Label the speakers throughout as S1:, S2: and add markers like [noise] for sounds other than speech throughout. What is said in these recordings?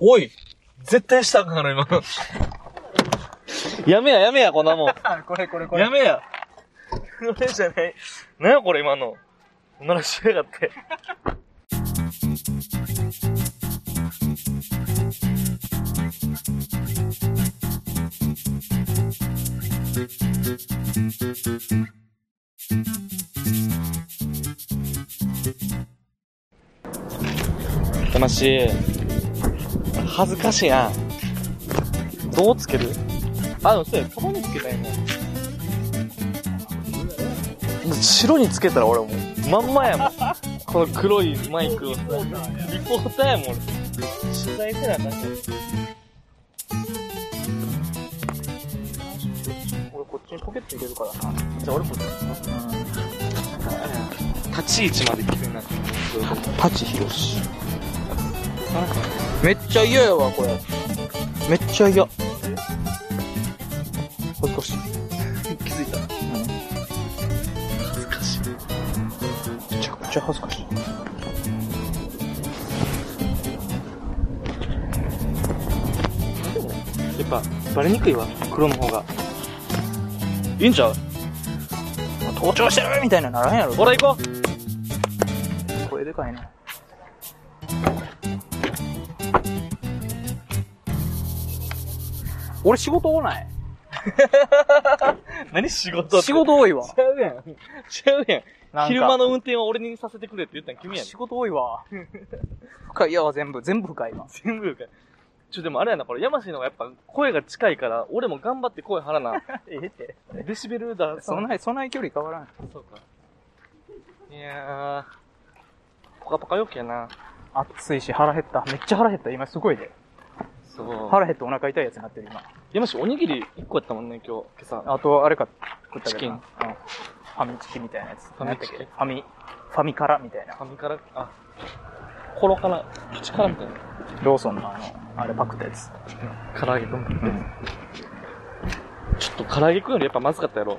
S1: おい絶対したらあかんの、今の。
S2: やめや、やめや、こんなもん。
S1: [laughs] これこれ
S2: や
S1: やめ
S2: め
S1: [laughs]
S2: や。
S1: これじゃない。
S2: なんや、これ、今の。おならしやがって。やましい。恥ずかしいな。どうつけるあ、でもそうや、玉につけたいね。白につけたら俺もうまんまやもんこの黒いマイクをさリポーターやもん俺取材せなあかんねん俺こっちにポケット入れるからなじゃあ俺こっちに立ち位置まで急になって
S3: パチヒロシ。めっちゃ嫌やわ、これ。めっちゃ嫌。ほっとしい。
S2: 気づいた恥ずかしい
S3: めちゃくちゃ恥ずかしい。
S2: やっぱバレにくいわ黒の方がいいんちゃう
S3: 盗聴してるみたいなならんやろ。
S2: ほら行こう
S3: これでかいな。俺仕事多ない。
S2: 何仕事って
S3: 仕事多いわ。
S2: ちゃうやんちゃうやん
S3: なんか
S2: 昼間の運転は俺にさせてくれって言ったん君やねん
S3: 仕事多いわ。深いやわ、全部。全部
S2: [laughs]
S3: 深いわ。
S2: 全部か。ちょ、でもあれやな、これ、山氏の方がやっぱ声が近いから、俺も頑張って声張ら
S3: [laughs]
S2: な。
S3: ええって。
S2: デシベルだ、
S3: そんな、そんな距離変わらん。
S2: そうか。いやー、ポカポカ陽気やな。
S3: 暑いし腹減った。めっちゃ腹減った。今すごいで。
S2: そう。
S3: 腹減ってお腹痛いやつになってる今。
S2: 山氏おにぎり1個やったもんね、今日、今朝。
S3: あと、あれか、食ったけどな
S2: チキン
S3: うんファミチキみたいなや
S2: ァミ
S3: つ。
S2: チキ
S3: 何やったっけファミ、ファミカラみたいな。
S2: 髪から、あ、コロから、口からみたいな。
S3: ローソンのあの、あれパクったやつ。
S2: 唐揚げどんどん。ちょっと唐揚げ食うよりやっぱまずかったやろ。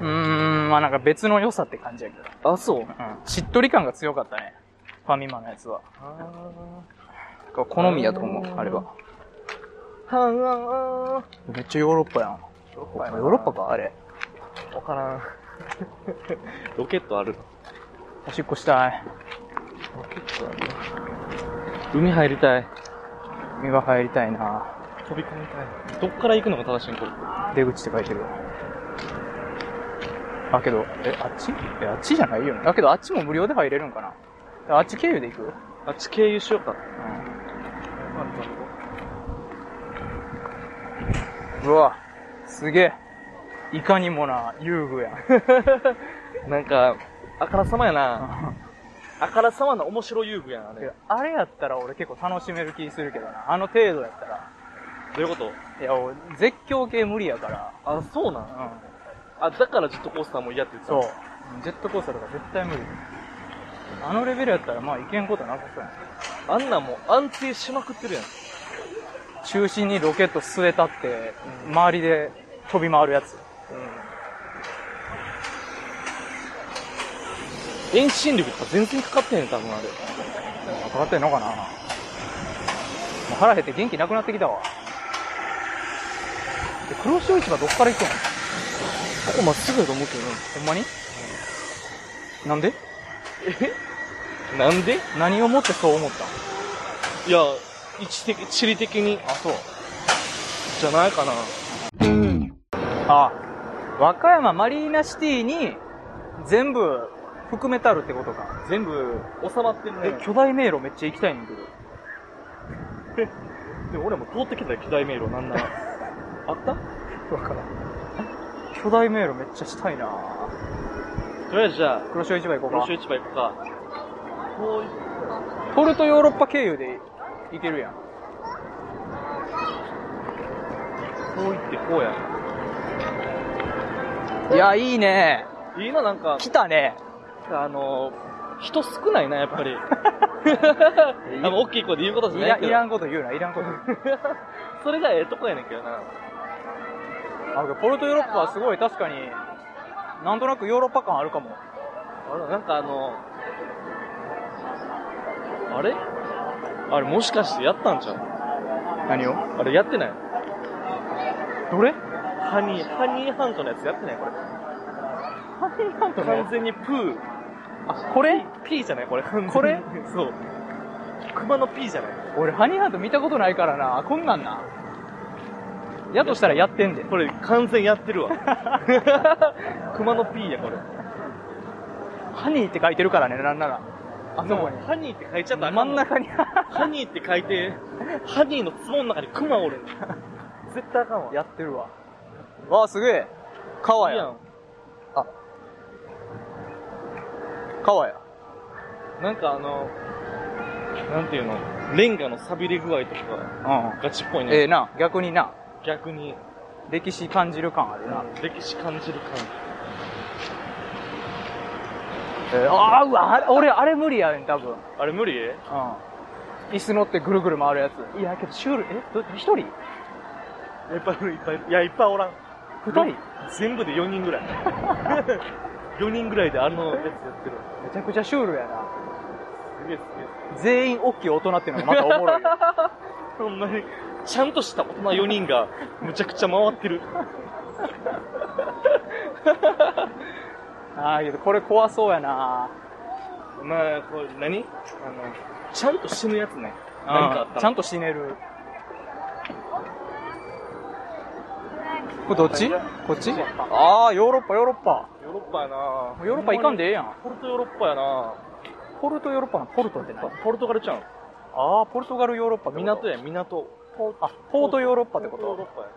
S3: うーん、まあなんか別の良さって感じやけど。
S2: あ、そう。
S3: うん。しっとり感が強かったね。ファミマのやつは。
S2: あ
S3: 好みやと思う、あれは。
S2: ー。は
S3: めっちゃヨーロッパやん。
S2: ー
S3: ヨーロッパか、あれ。
S2: わからん。 [laughs] ロケットある
S3: おしっこしたい。
S2: 海入りたい。
S3: 身が入りたいな
S2: 飛び込みたい。どっから行くのが正しいんこれ。
S3: 出口って書いてるわ。あ、けど、え、あっちえ、あっちじゃないよね。だけど、あっちも無料で入れるんかな。あっち経由で行く
S2: あっち経由しようか。
S3: うわ、すげえ。いかにもな遊具や
S2: なんか、あからさまやな。
S3: ん。
S2: あからさまな面白遊具やん、あれ。
S3: あれやったら俺結構楽しめる気するけどな。あの程度やったら。
S2: どういうこと
S3: いや、俺、絶叫系無理やから。
S2: あ、そうな
S3: うんん。
S2: あ、だからジェットコースターも嫌って言ってた。
S3: そう。ジェットコースターとか絶対無理。あのレベルやったらまあいけんことなさそうやな
S2: あんなんもう安定しまくってるやん。
S3: 中心にロケット据えたって、周りで飛び回るやつ。
S2: 遠心力とか全然かかってへん、多分あれ。
S3: かかってんのかなもう腹減って元気なくなってきたわ。で、黒潮市場どっから行くの
S2: ここまっすぐやと思うけど
S3: ほんまに、なんで
S2: な。なんで
S3: 何をもってそう思ったの
S2: いや、位置的、地理的に。あ、そう。じゃないかな。
S3: あ、和歌山マリーナシティに全部含めたるってことか。
S2: 全部収まってる
S3: え、巨大迷路めっちゃ行きたいねんだけど。
S2: で俺も通ってきたよ、巨大迷路、なんなら。 [laughs] あった
S3: わからん。巨大迷路めっちゃしたいな
S2: とりあえずじゃあ、
S3: 黒潮市場行こ
S2: 黒
S3: う
S2: 潮
S3: か。
S2: 市場行くか。こうい
S3: ポルトヨーロッパ経由で行けるやん。
S2: こう行ってこうや。
S3: いや、いいね
S2: いいな、なんか、
S3: 来たね
S2: あのー、人少ないな、やっぱり。 [laughs] あの、大きい声で言うことじ
S3: い
S2: ゃな
S3: ら
S2: い
S3: い
S2: けど。
S3: らんこと言うな、いらんこと言う。 [laughs]
S2: それがええとこやねんけどな。
S3: あポルトヨーロッパはすごい確かに、なんとなくヨーロッパ感あるかも。
S2: あれなんかあのー、あれあれもしかしてやったんちゃう
S3: 何を
S2: あれやってない
S3: どれ
S2: ハニー、ハニーハントのやつやってないこれ。
S3: ハニーハント
S2: 完
S3: の
S2: 全にプー。
S3: あ、これ
S2: P じゃないこれ。
S3: これ
S2: そう。熊の P じゃない
S3: 俺、ハニーハント見たことないからな。こんなんな。やとしたらやってんで。
S2: これ完全やって [laughs] るわ。熊の P やこれ。
S3: ハニーって書いてるからね、なんなら。あそこに。
S2: ハニーって書いちゃったらあか
S3: 真
S2: ん
S3: ん
S2: わ
S3: 中に。 [laughs]
S2: ハニーって書いて、ハニーのツボの中に熊おるんだ。絶対あかんわ。
S3: やってるわ。わあ、すげえ。川
S2: いい
S3: や。。川や。
S2: なんかあの、なんていうの、レンガの錆びれ具合とか、
S3: う
S2: ガチっぽい
S3: ん。え
S2: ね。
S3: えな、逆にな。
S2: 逆に、
S3: 歴史感じる感あるな。
S2: 歴史感じる感
S3: えーああ、うわ、あれ俺、あれ無理やねん、多分。うん。
S2: じ。あれ無理
S3: 椅子乗ってぐるぐる回るやつ。いや、けど、シュール、え、ど一人
S2: いっぱいいる、いっぱいいる。いや、いっぱいおらん。
S3: 二人め
S2: 全部で4人ぐらい。4人ぐらいであのやつやってる。
S3: ちゃくちゃシュールやな。
S2: すげえすげえ。
S3: 全員大きい大人っていうのがまたおも [laughs] ろいよ。
S2: ほんまに、ちゃんとした大人4人が、むちゃくちゃ回ってる。
S3: ああ、けど、これ怖そうやな。
S2: まあ、これ何あの、ちゃんと死ぬやつね。なんかあった
S3: うん
S2: ら
S3: ちゃんと死ねる。これどっちこっちああ、ヨーロッパ、ヨーロッパ。
S2: ヨーロッパやな
S3: ヨーロッパ行かんでええやん。
S2: ポルトヨーロッパやな
S3: ポルトヨーロッパのポルトって何
S2: ポルトガルちゃん。
S3: ああ、ポルトガルヨーロッパってこと
S2: 港や、港。
S3: ポあ、ポートヨーロッパってこ
S2: ポルト
S3: と
S2: ヨーロッパや。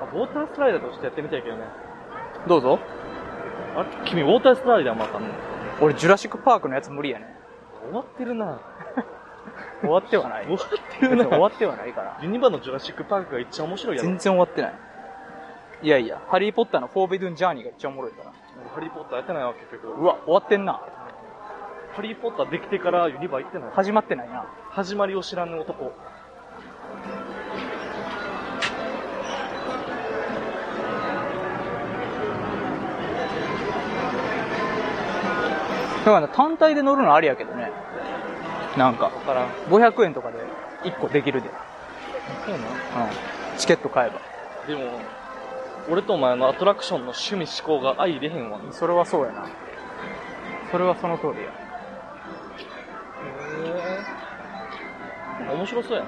S2: あ、ウォータースライダーとしてやってみたいけどね。
S3: どうぞ。
S2: あれ君、ウォータースライダーまたね。
S3: 俺、ジュラシックパークのやつ無理やね。
S2: 終わってるな
S3: 終わっては [laughs] ない。
S2: 終わって
S3: 別
S2: る
S3: に
S2: な
S3: 終わってはないから。
S2: ユニバのジュラシックパークが一番面白いやろ
S3: 全。然終わってない。いやいや、ハリーポッターのフォービドゥンジャーニーが一番おもろいから。
S2: ハリーポッターやってないわ、結局。
S3: うわ、終わってんな。
S2: ハリーポッターできてからユニバ行ってない。
S3: 始まってないな。
S2: 始まりを知らぬ男。
S3: だから単体で乗るのありやけどね。なんか、
S2: わからん。
S3: 500円とかで1個できるで。
S2: そうな
S3: うん。チケット買えば。
S2: でも、俺とお前のアトラクションの趣味思考が相入れへんわ。
S3: それはそうやな。それはその通りや。
S2: 面白そうやん。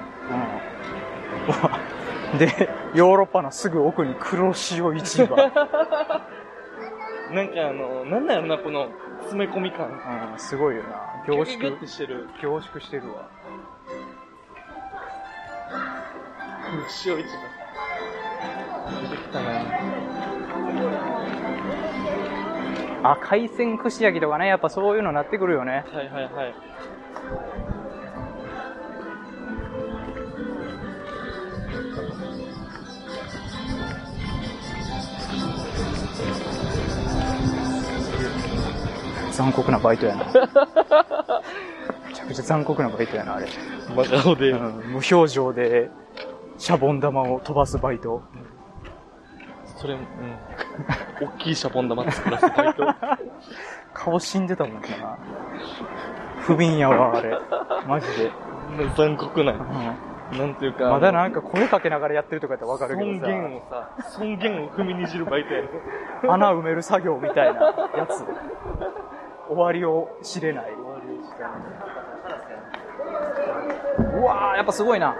S3: うん。 [laughs] で、ヨーロッパのすぐ奥に黒潮市場。
S2: なんかあの、なんだよな、この詰め込み感。
S3: うん、すごいよな。凝
S2: ギュギュギュ
S3: 縮
S2: っ。てしてる。
S3: 凝縮してるわ。
S2: 塩市場。出てきたな。
S3: あ、海鮮串焼きとかね、やっぱそういうのなってくるよね。
S2: はいはいはい。
S3: 残酷なバイトや [laughs] な。めちゃくちゃ残酷なバイトやな、あれ。
S2: 真顔で。
S3: うん、無表情で、シャボン玉を飛ばすバイト。
S2: それ、うん。 [laughs] 大きいシャボン玉作らせたいと。
S3: 顔死んでたもんな。不憫やわ、あれ。マジで。
S2: [laughs] 残酷な
S3: う
S2: い。
S3: ん
S2: なんていうか。
S3: まだなんか声かけながらやってるとかやったらわかるけ
S2: 尊
S3: ど
S2: 厳をさ、尊厳を踏みにじるバイトやね
S3: さ、穴埋める作業みたいなやつ。終わりを知れない。うわー、やっぱすごいな。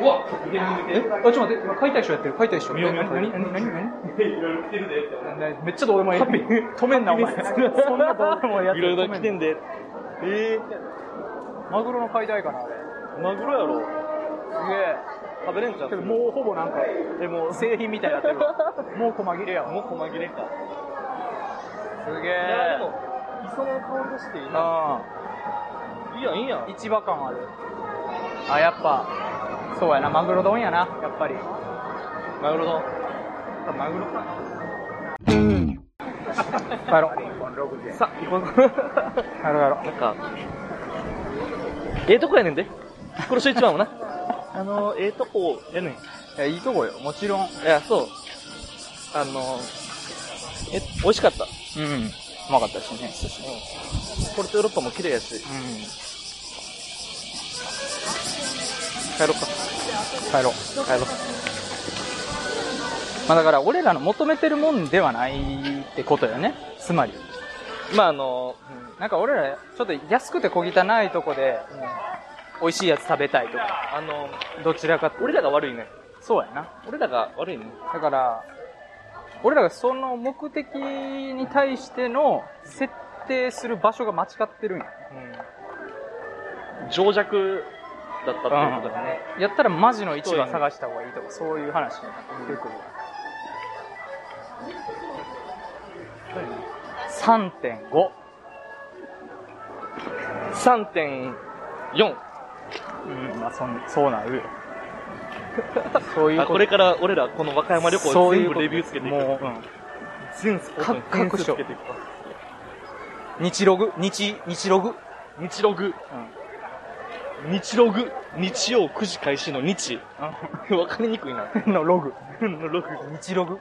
S3: うわえ、あ、ちょっと待って、今解体ショーやってる、解体ショー。
S2: 見よう見よう
S3: 何、何、何、何、何
S2: いろいろ来てるでって
S3: なめっちゃどうでもいい。止めんな、お前。 [laughs] そんなどうでもいいやつ。
S2: いろいろ来てんで。え
S3: マグロの解体かな、あれ。
S2: ー、マグロやろ。
S3: すげえ。
S2: 食べれんじゃん。
S3: けどもうほぼなんか、でも製品みたいになって
S2: [laughs]
S3: るわ。もう細切れやわ。
S2: もう細切れか。
S3: すげ
S2: いや、
S3: え
S2: で。も、磯の香りがしていいな。
S3: あ
S2: いいやん、いいやん。
S3: 市場感ある。あ、やっぱ、そうやな、マグロ丼やな、やっぱり。
S2: マグロ丼。マグロか。
S3: 帰ろう。
S2: さ、行こう。
S3: 帰ろう帰ろ。
S2: なんか、ええとこやねんで。殺し一番もな。あの、ええとこやねん。いう
S3: いや、いいとこよ、もちろん。うん。
S2: や、そう。あの、え、美味しかった。
S3: うまかったしね。
S2: ポルトヨーロッパも綺麗やし。
S3: うん。帰ろうか。帰ろう。
S2: 帰ろう。
S3: まあだから、俺らの求めてるもんではないってことよね。つまり。
S2: まああの、
S3: なんか俺ら、ちょっと安くて小汚いとこで、美味しいやつ食べたいとか。
S2: あの、
S3: どちらかって。
S2: 俺らが悪いね。
S3: そうやな。
S2: 俺らが悪いね。
S3: だから、俺らがその目的に対しての設定する場所が間違ってるんや。
S2: 情弱だったっていうことだね。
S3: やったらマジの市
S2: そうや
S3: 場
S2: ね
S3: 探した方がいいとか、そういう話になってくるわ。3.5。
S2: 3.4。
S3: うん、まあそん、そうなるよ。そういう
S2: あ
S3: こと。
S2: これから俺らこの和歌山旅行
S3: そうい
S2: 全
S3: うこ
S2: 部
S3: と
S2: レビューつけていく。
S3: もう、うん。
S2: 全スポットに点数つけていくわ。
S3: 日ログ、日、日ログ。
S2: 日ログ、
S3: う
S2: 日ログ、日曜9時開始の日。 [laughs] わかりにくいな。
S3: ん。 [laughs] のログ。
S2: のログ。
S3: 日ログ。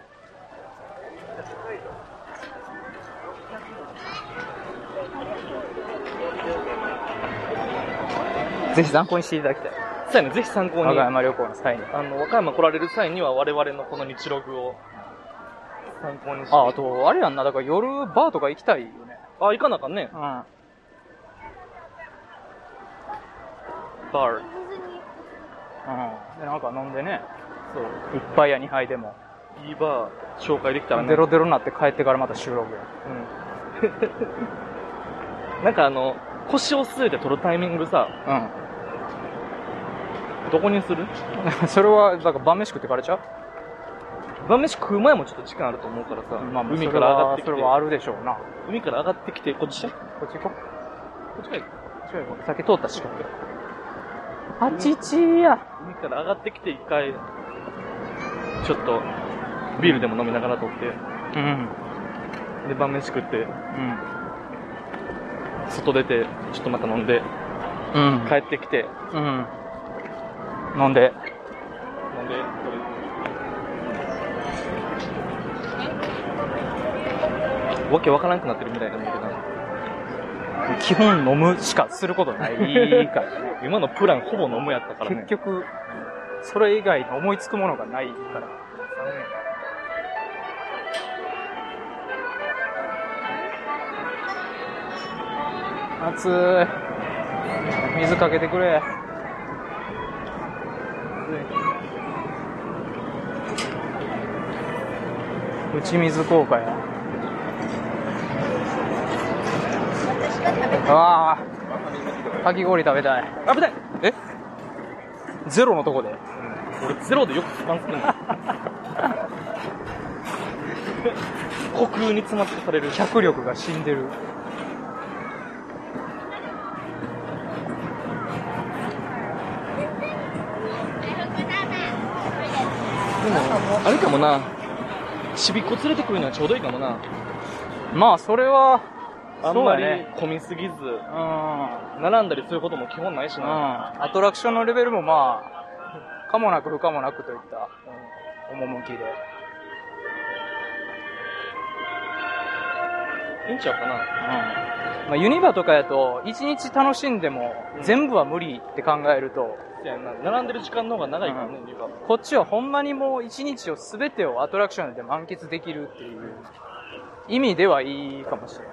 S3: ぜひ参考にしていただきたい。
S2: そうやね、ぜひ参考
S3: 和
S2: に。
S3: 歌
S2: あ
S3: 山旅行の際に。
S2: の、和歌山来られる際には我々のこの日ログを参考にして。
S3: あ、あと、あれやんな。だから夜バーとか行きたいよね。
S2: あ、行かなあかんね。
S3: うん。
S2: バー。
S3: うん。で、なんか飲んでね。
S2: そう。
S3: 一杯や二杯でも。
S2: いいバー紹介できたらね。
S3: デロデロになって帰ってからまた収録や。
S2: なん [laughs] かあの、腰を据えて撮るタイミングさ、
S3: う
S2: どこにする
S3: ん。 [laughs] それは、だから晩飯食ってからちゃう
S2: 晩飯食う前もちょっと時間あると思うからさ、
S3: まあ、
S2: 海から上がってき
S3: そ
S2: て
S3: れはそれ、はあるでしょうな。
S2: 海から上がってきて、こっちじゃんこ
S3: こっち行こう。
S2: っちかい
S3: ちょいこう先通ったし。あちちや。
S2: 海から上がってきて一回、ちょっと、ビールでも飲みながら撮って、
S3: うん。
S2: で、晩飯食って、
S3: うん。
S2: 外出て、ちょっとまた飲んで、
S3: うん
S2: 帰ってきて、
S3: うん。飲んで。
S2: 飲んで、撮るわけわからんくなってるみたいなんだけど。
S3: 基本飲むしかすることないからね。
S2: 今のプランほぼ飲むやったからね
S3: 結。局、それ以外に思いつくものがないから。暑い。水かけてくれ。打ち水効果や。わあ、かき氷食べたい。
S2: 危ない
S3: えゼロのとこで
S2: 俺ゼロでよくスパンするんだ虚空に詰まってされる
S3: 脚力が死んでる。
S2: でもあれかもなちびっこ連れてくるにはちょうどいいかもな
S3: まあ、それは、
S2: あん
S3: そう
S2: ま
S3: だ
S2: り
S3: ね
S2: 混みすぎず
S3: うん。
S2: 並んだりすることも基本ないし
S3: う
S2: な、
S3: ん。アトラクションのレベルもまあ、かもなく不可もなくといった、うん、趣で。
S2: いいんちゃうか
S3: うん
S2: な。
S3: まあ、ユニバとかやと、一日楽しんでも
S2: うん、
S3: 全部は無理って考えると、
S2: そうやな並んでる時間の方が長いからね、理由が
S3: こっちはほんまにもう一日を全てをアトラクションで満喫できるっていう意味ではいいかもしれない。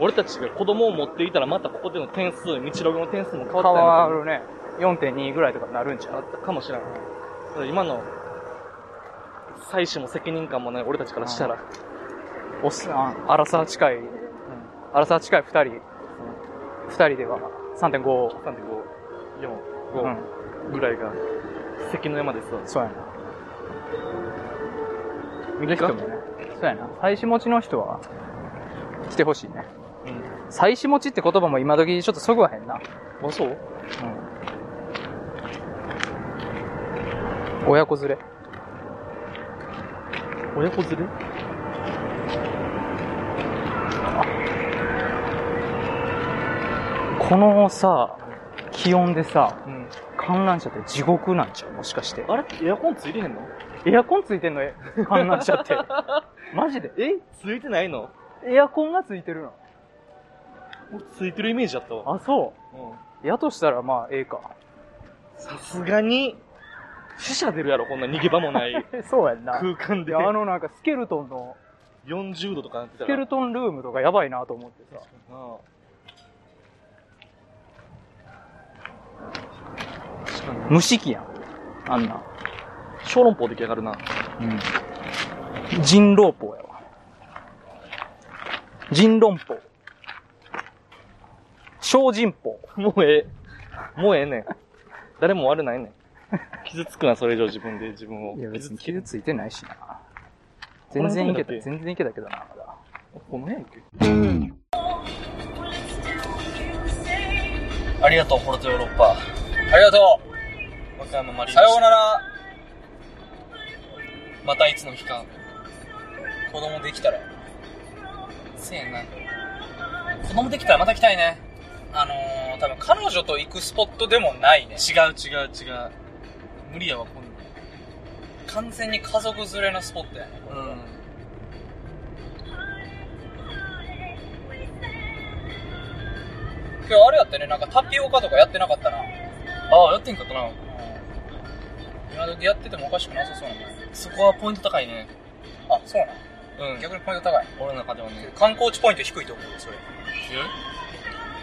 S2: 俺たちが子供を持っていたらまたここでの点数道ログの点数も変
S3: 変
S2: わ
S3: わ
S2: って
S3: るね。4.2ぐらいとかになるんち
S2: た
S3: ゃ
S2: よ
S3: う
S2: 変わったかもしれないただ今の妻子も責任感もない俺たちからしたら、
S3: おっさん、アラサー近い、アラサー近い2人、2人では3.5。
S2: なんでこう、4、5、
S3: うん。
S2: ぐらいが、関の山ですわ。
S3: そうやな。
S2: 見
S3: ぜひともね。そうやな。妻子持ちの人は、来てほしいね。
S2: うん。
S3: 妻子持ちって言葉も今時ちょっとそぐわへんな。
S2: あ、そう
S3: うん。親子連れ。
S2: 親子連れ
S3: このさ、気温でさ、
S2: うん。
S3: 観覧車って地獄なんちゃうもしかして。
S2: あれエアコンついてへんの
S3: [laughs] エアコンついてんのえ観覧車って。マジで
S2: えついてないの
S3: エアコンがついてるの。
S2: 俺ついてるイメージだったわ。
S3: あ、そ
S2: うん。
S3: う。やとしたらまあ、ええか。
S2: さすがに、死者出るやろ、こんな逃げ場もない
S3: [laughs] そうやんな。
S2: 空間
S3: い
S2: で。
S3: や、あのなんかスケルトンの、
S2: 40度とかなってたら。
S3: スケルトンルームとかやばいなと思ってさ。
S2: なあ確かに。
S3: 無視機やん。あんな。
S2: 小籠包出来上がるな。
S3: 人狼包やわ。人論法。小人法。
S2: もうええ。もうええねん。誰も悪ないねん。傷つくな、それ以上自分で自分を。
S3: いや別に
S2: つく
S3: 傷ついてないしな。全然いけた、
S2: この辺だっけ
S3: 全然いけたけどな、まだ。
S2: この辺やっけ
S1: ありがとう、ポルトヨーロッパ。ありがと
S2: 和歌山マリ
S1: う。
S2: ン
S1: さようなら。またいつの日か。子供できたら。せやな。子供できたらまた来たいね。あのー、多分彼女と行くスポットでもないね。
S2: 違う違う違う。無理やわ、こんなん
S1: 完全に家族連れのスポットやね。
S2: うん。
S1: 今日あれやったね、なんかタピオカとかやってなかったな。
S2: ああ、やってんかったな。
S1: 今時やっててもおかしくなさそうなんだよ。
S2: そこはポイント高いね。
S1: あ、そうなん。
S2: うん。
S1: 逆にポイント高い。
S2: 俺の中ではね。
S1: 観光地ポイント低いと思うよ、それ。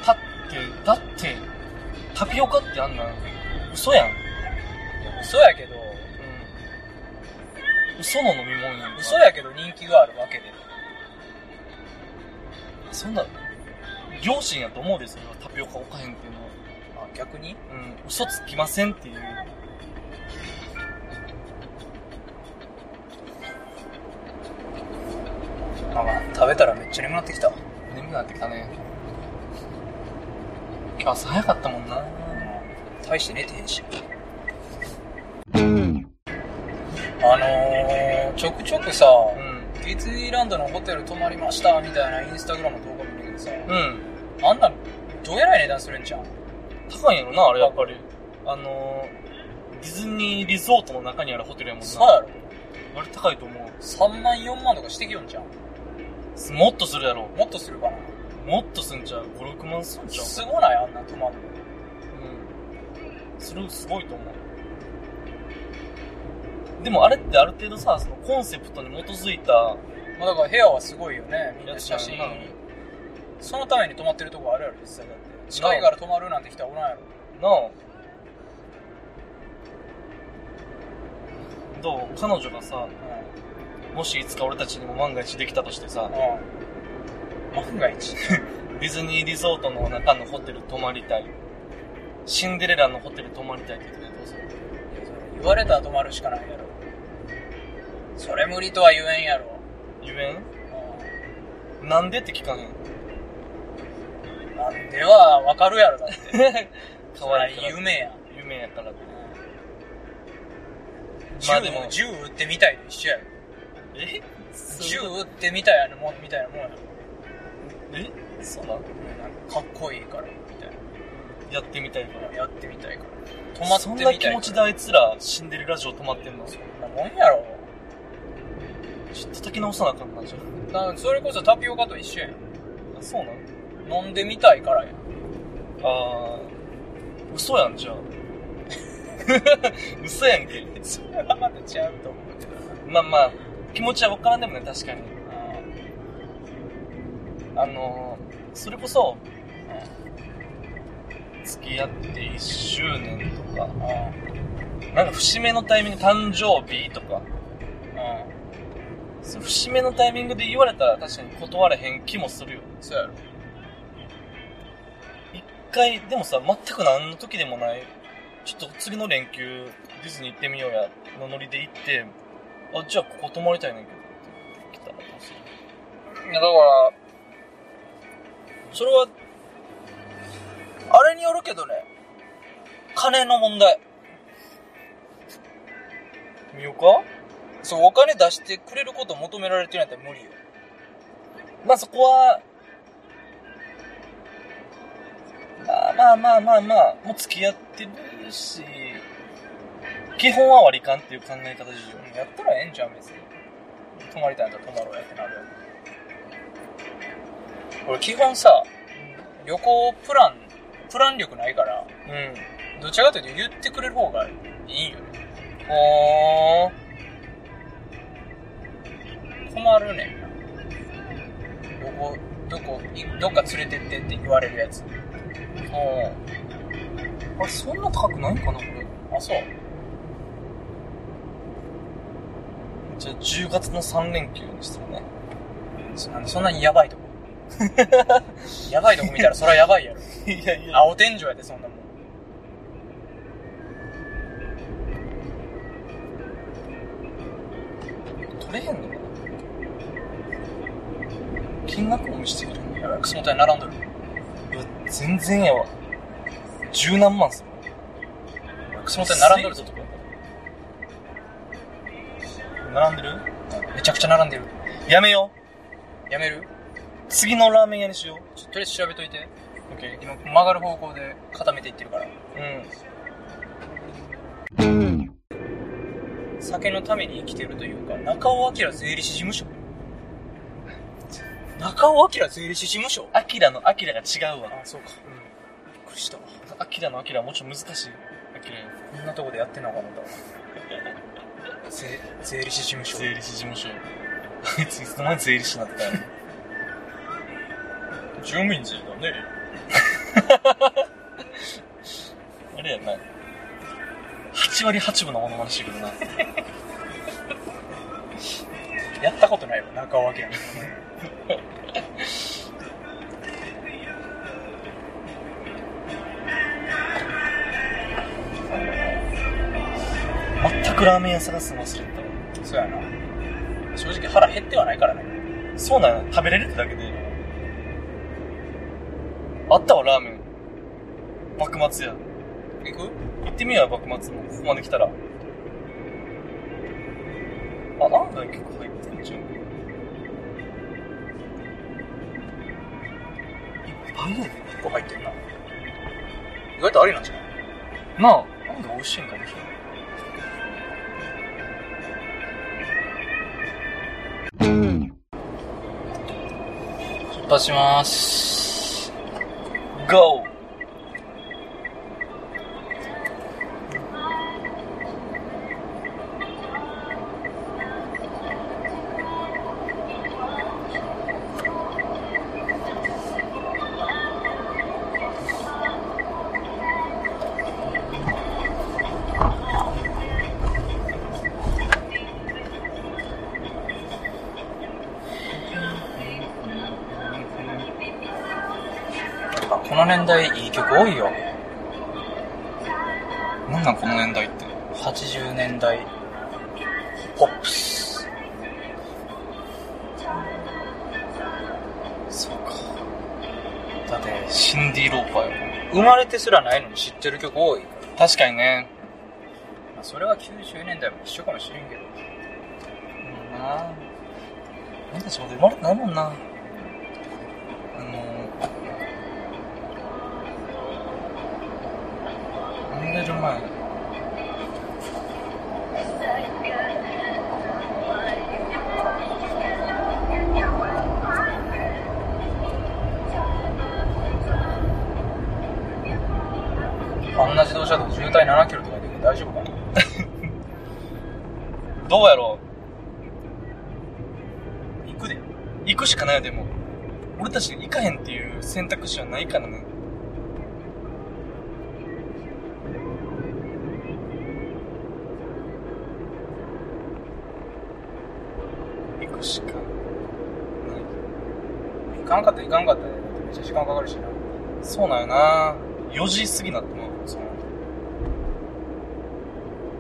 S2: だって、だって、タピオカってあんな、嘘やん。
S1: 嘘やけど、
S2: 嘘の飲み物やんか。
S1: 嘘やけど人気があるわけで。
S2: そんな、良心やと思うで、それはタピオカ置かへんっていうのは。
S1: あ、逆に
S2: うん、嘘つきませんっていう。
S1: まあまあ、食べたらめっちゃ眠くなってきた。
S2: 眠くなってきたね。今日朝早かったもんな。
S1: 大して寝てへんし。あのー、ちょくちょくさ、
S2: うん。
S1: ディズニーランドのホテル泊まりました、みたいなインスタグラムの動画見るけどさ、
S2: うん。
S1: あんなん、どうやらい値段するんじゃん。
S2: 高いんやろな、あれやっぱり。あのー、ディズニーリゾートの中にあるホテルやもんな。
S1: そうやろ
S2: あれ高いと思う。
S1: 3万4万とかしてきよんじゃん。
S2: すもっとするやろ。
S1: もっとするかな。
S2: もっとすんちゃう ?5、6万すんちゃう
S1: すごないあんなん泊まるの。
S2: うん。それすごいと思う。でもあれってある程度さ、そのコンセプトに基づいた、
S1: まあだから部屋はすごいよね。みんな写真
S2: いや違うな。
S1: そのために泊まってるとこあるやろ、実際だって。近いから泊まるなんて人はおらんやろ。
S2: なあどう彼女がさ、もしいつか俺たちにも万が一できたとしてさ、
S1: うん。万が一。
S2: ディズニーリゾートの中のホテル泊まりたい。シンデレラのホテル泊まりたいって言ってたらどうする
S1: 言われたら泊まるしかないやろ。それ無理とは言えんやろ。
S2: ゆえんなんでって聞かへん。
S1: うんなんではわかるやろ、
S2: [laughs]
S1: だって。
S2: かわいい
S1: そ
S2: か
S1: りゃ
S2: ら。
S1: 夢や。
S2: 夢やからって。
S1: 銃
S2: ま
S1: を
S2: あでも
S1: 銃撃ってみたいと一緒やろ。
S2: え
S1: 銃撃ってみたいなもん、みたいなもんやろ。
S2: えそうだ。
S1: なんかかっこいいから、みたい
S2: やってみたいから
S1: な。。やってみたいから。泊まってみたい
S2: そんな気持ちであいつらシンデレラ城泊まってんのちょ
S1: なもんやろ。
S2: っと叩き直さなあかんなじゃん
S1: だからそれこそタピオカと一緒や
S2: あそうなん
S1: ん。飲んでみたいからやん。
S2: あー嘘やんじゃあ [laughs] 嘘やんけ
S1: それはまた違うと思うけどな。
S2: まあまあ気持ちは分からんでもね確かにあのー、それこそ付き合って1周年とか
S1: うん。うん。
S2: なんか節目のタイミング誕生日とか
S1: う
S2: その節目のタイミングで言われたら確かに断れへん気もするよ
S1: ん。そうやろ。
S2: 一回でもさ全く何の時でもないちょっと次の連休ディズニー行ってみようやのノリで行ってあじゃあここ泊まりたいねんけどって来たらどうする
S1: いや、だから、それは、あれによるけどね、金の問題。
S2: 見ようか
S1: そう、お金出してくれることを求められてるんやったら無理よ。
S2: まあそこはまあまあまあまあまあもう付き合ってるし基本は割り勘っていう考え方事情
S1: うんやったらええんじゃん、別に。泊まりたいんだったら泊まろうやってなるや俺基本さ、旅行プラン、プラン力ないから、
S2: うん。
S1: どちらかというと言ってくれる方がいいんよね。
S2: は
S1: 困るねんな。旅行、どこ、いどっか連れてってって言われるやつ。
S2: ー。は
S1: あれ、そんな高くないんかな、これ。あ、そう。
S2: ー。じゃあ、10月の3連休にするね。
S1: そなんでそんなにやばいと [laughs] こやばいとこ見たらそりゃやばいやろ。
S2: いやいや。
S1: 青天井やで、そんなもん。取れへんのかな金額もしてくれんのやばい。クソもたい並んどる。
S2: いや全然やわ。十何万っすよ。
S1: クソもたい並んどるぞ、とこ。
S2: 並んでる
S1: めちゃくちゃ並んでる。
S2: やめよう。
S1: やめる
S2: 次のラーメン屋にしよう。
S1: ちょとりあえず調べといて。オッケー。今、曲がる方向で固めていってるから。
S2: う
S1: 酒のために生きてるというか、中尾明税理士事務所中尾明税理士事務所
S2: ん。アキラのアキラが違うわ。
S1: あ、そうか。うん。びっくりしたわ。
S2: アキラのアキラはもうちょっと難しい。アキラよ。
S1: こんなとこでやってんのかなと思った。税、税理士事務所。
S2: 税理士事務所。あいついつの間に税理士になってたの
S1: 事務員税だね。
S2: [laughs] あれやんな。8割8分のものまねしてくるな。
S1: やったことないわ、中尾明。
S2: 全くラーメン屋探すの忘れてたわ。
S1: そうやな。正直腹減ってはないからね。
S2: そうなの食べれるってだけで。あったわ、ラーメン。幕末や。
S1: 行く
S2: 行ってみようよ、幕末も。ここまで来たら。あ、なんだ結構入ってんじゃん。いっぱいやで。
S1: 結構入ってるな。意外とありなんじゃない
S2: なあ、なんで美味しいんかもし
S1: 出発しまーす。
S2: れん。GO!
S1: あこの年代いい曲多いよ。
S2: なんなんこの年代って。
S1: 80年代ポップス
S2: そうか。
S1: だって
S2: シンディ・ローパーよ。
S1: 生まれてすらないのに知ってる曲多いから、
S2: 確かにね。
S1: まあ、それは90年代も一緒かもしれんけど
S2: うんなあ俺たちまだ生まれてないもんな。あのー、生まれる前。
S1: あんな自動車道渋滞7キロとかで大丈夫かな [laughs]
S2: どうやろ
S1: 行くで
S2: う行くしかないよ、でも。俺たち行かへんっていう選択肢はないからね。行くしかない。
S1: 行かんかったら行かんかったでめっちゃ時間かかるしな
S2: そうなんよな4時過ぎになっても
S1: その、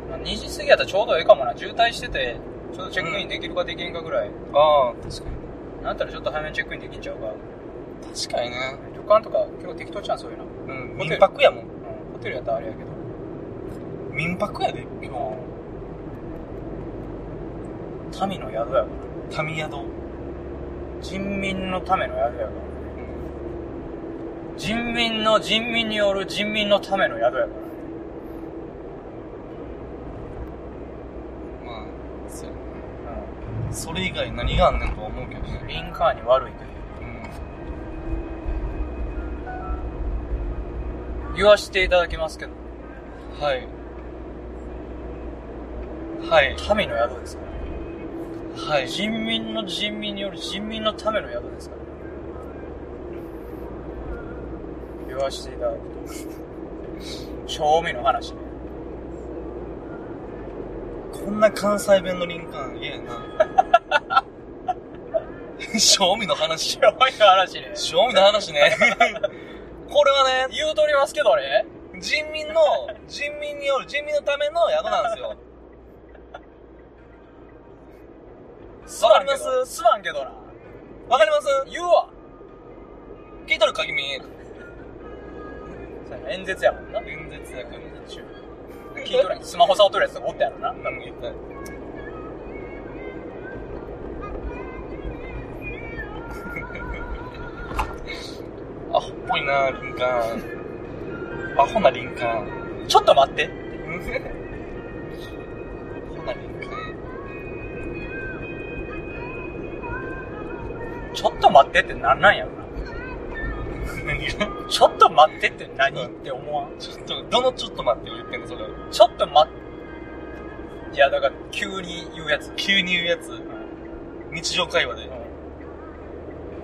S1: まあ、2時過ぎやったらちょうどええかもな渋滞しててちょうどチェックインできるかできんかぐらい、
S2: ああ、確かに。
S1: なんたらちょっと早めにチェックインできんちゃうか
S2: 確かにね。
S1: 旅館とか結構適当じゃんそういうの、う
S2: うん、
S1: ホテル
S2: 民泊やもん。
S1: ん、ホテルやったらあれやけど
S2: 民泊やで、今
S1: 今民の宿やから
S2: 日。民宿。
S1: 人民のための宿やから人民の人民による人民のための宿やから
S2: まあ、そうやなそれ以外何があんねんとは思うけどね。
S1: リンカーに悪いけど
S2: うん。
S1: 言わせていただきますけど、
S2: はい。はい。
S1: 民の宿ですから。
S2: はい。
S1: 人民の人民による人民のための宿ですから。言わせていただ [laughs] くと。賞味の話ね。
S2: こんな関西弁のリンカーン言えんな。
S1: [laughs]
S2: 賞味の話。
S1: 賞味の話ね。
S2: 賞味の話
S1: [laughs]
S2: ね。これはね、
S1: 言うとりますけどね。
S2: 人民の、人民による人民のための宿なんですよ。わかります
S1: すまんけどな。
S2: わかります
S1: 言うわ。
S2: 聞いとるか君。
S1: そうやな演説やもんな。
S2: 全然な君で中。
S1: 聞いとるやんスマホ触っとるやつがおったやろな。
S2: 何も言ってない。アホっぽいな、リンカーン。アホなリンカーン。
S1: ちょっと
S2: [laughs]
S1: 待っ
S2: ア
S1: て。
S2: ホなリンカーン。
S1: ちょっと待ってってなんなんやろな。
S2: 何が
S1: ちょっと待ってって何って思わん。
S2: ちょっと、どのちょっと待ってを言ってんの、それ。
S1: ちょっと待っ、いや、だから急に言うやつ。
S2: 急に言うやつ。日常会話で。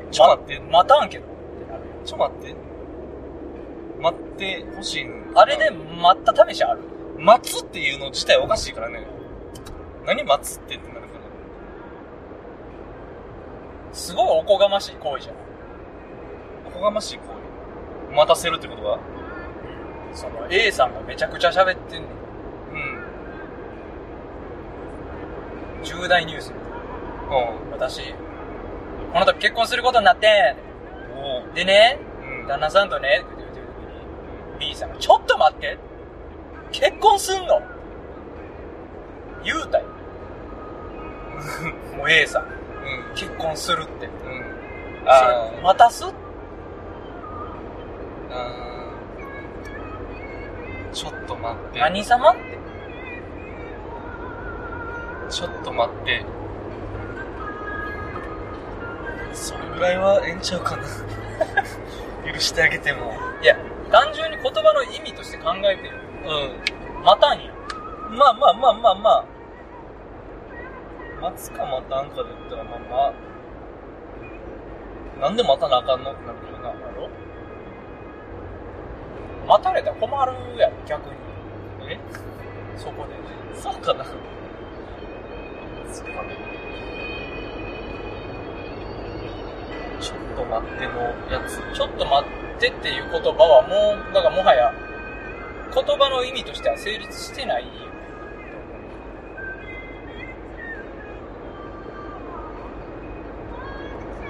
S2: ち
S1: ち
S2: ょ
S1: ょ
S2: 待
S1: っ
S2: っ
S1: と待ってて、。待たんけど。
S2: ちょ待って。待ってほしいの
S1: あれで待った試しある
S2: 待つっていうの自体おかしいからね。何待つってってなるから。
S1: すごいおこがましい行為じゃん。
S2: おこがましい行為。待たせるってことは
S1: その A さんがめちゃくちゃ喋ってんねん
S2: うん。
S1: 重大ニュー
S2: う
S1: ス。私、この度結婚することになって
S2: ん。お
S1: んでね、
S2: うん。
S1: 旦那さんとね、って言ってる時に、B さんが、ちょっと待って結婚すんの言うたよ。もう A さん、
S2: う
S1: 結婚するって。
S2: ん。うん。
S1: あ
S2: あー
S1: 待たす
S2: あーちょっと待って。
S1: 何様って。
S2: ちょっと待って。それぐらいはええんちゃうか
S1: [laughs]
S2: な。許してあげても。
S1: いや、単純に言葉の意味として考えてる。
S2: う
S1: 待たんや。
S2: ん。まあまあまあまあまあ。待つか待たんかで言ったら、まあまあ。なんで待たなあかんのってなるけどな。
S1: 待たれたら困るやろ、逆に。
S2: え
S1: そこで。
S2: そうかな。そうかな。ちょっと待ってのやつ。
S1: ちょっと待ってっていう言葉はもう、だからもはや、言葉の意味としては成立してないよ。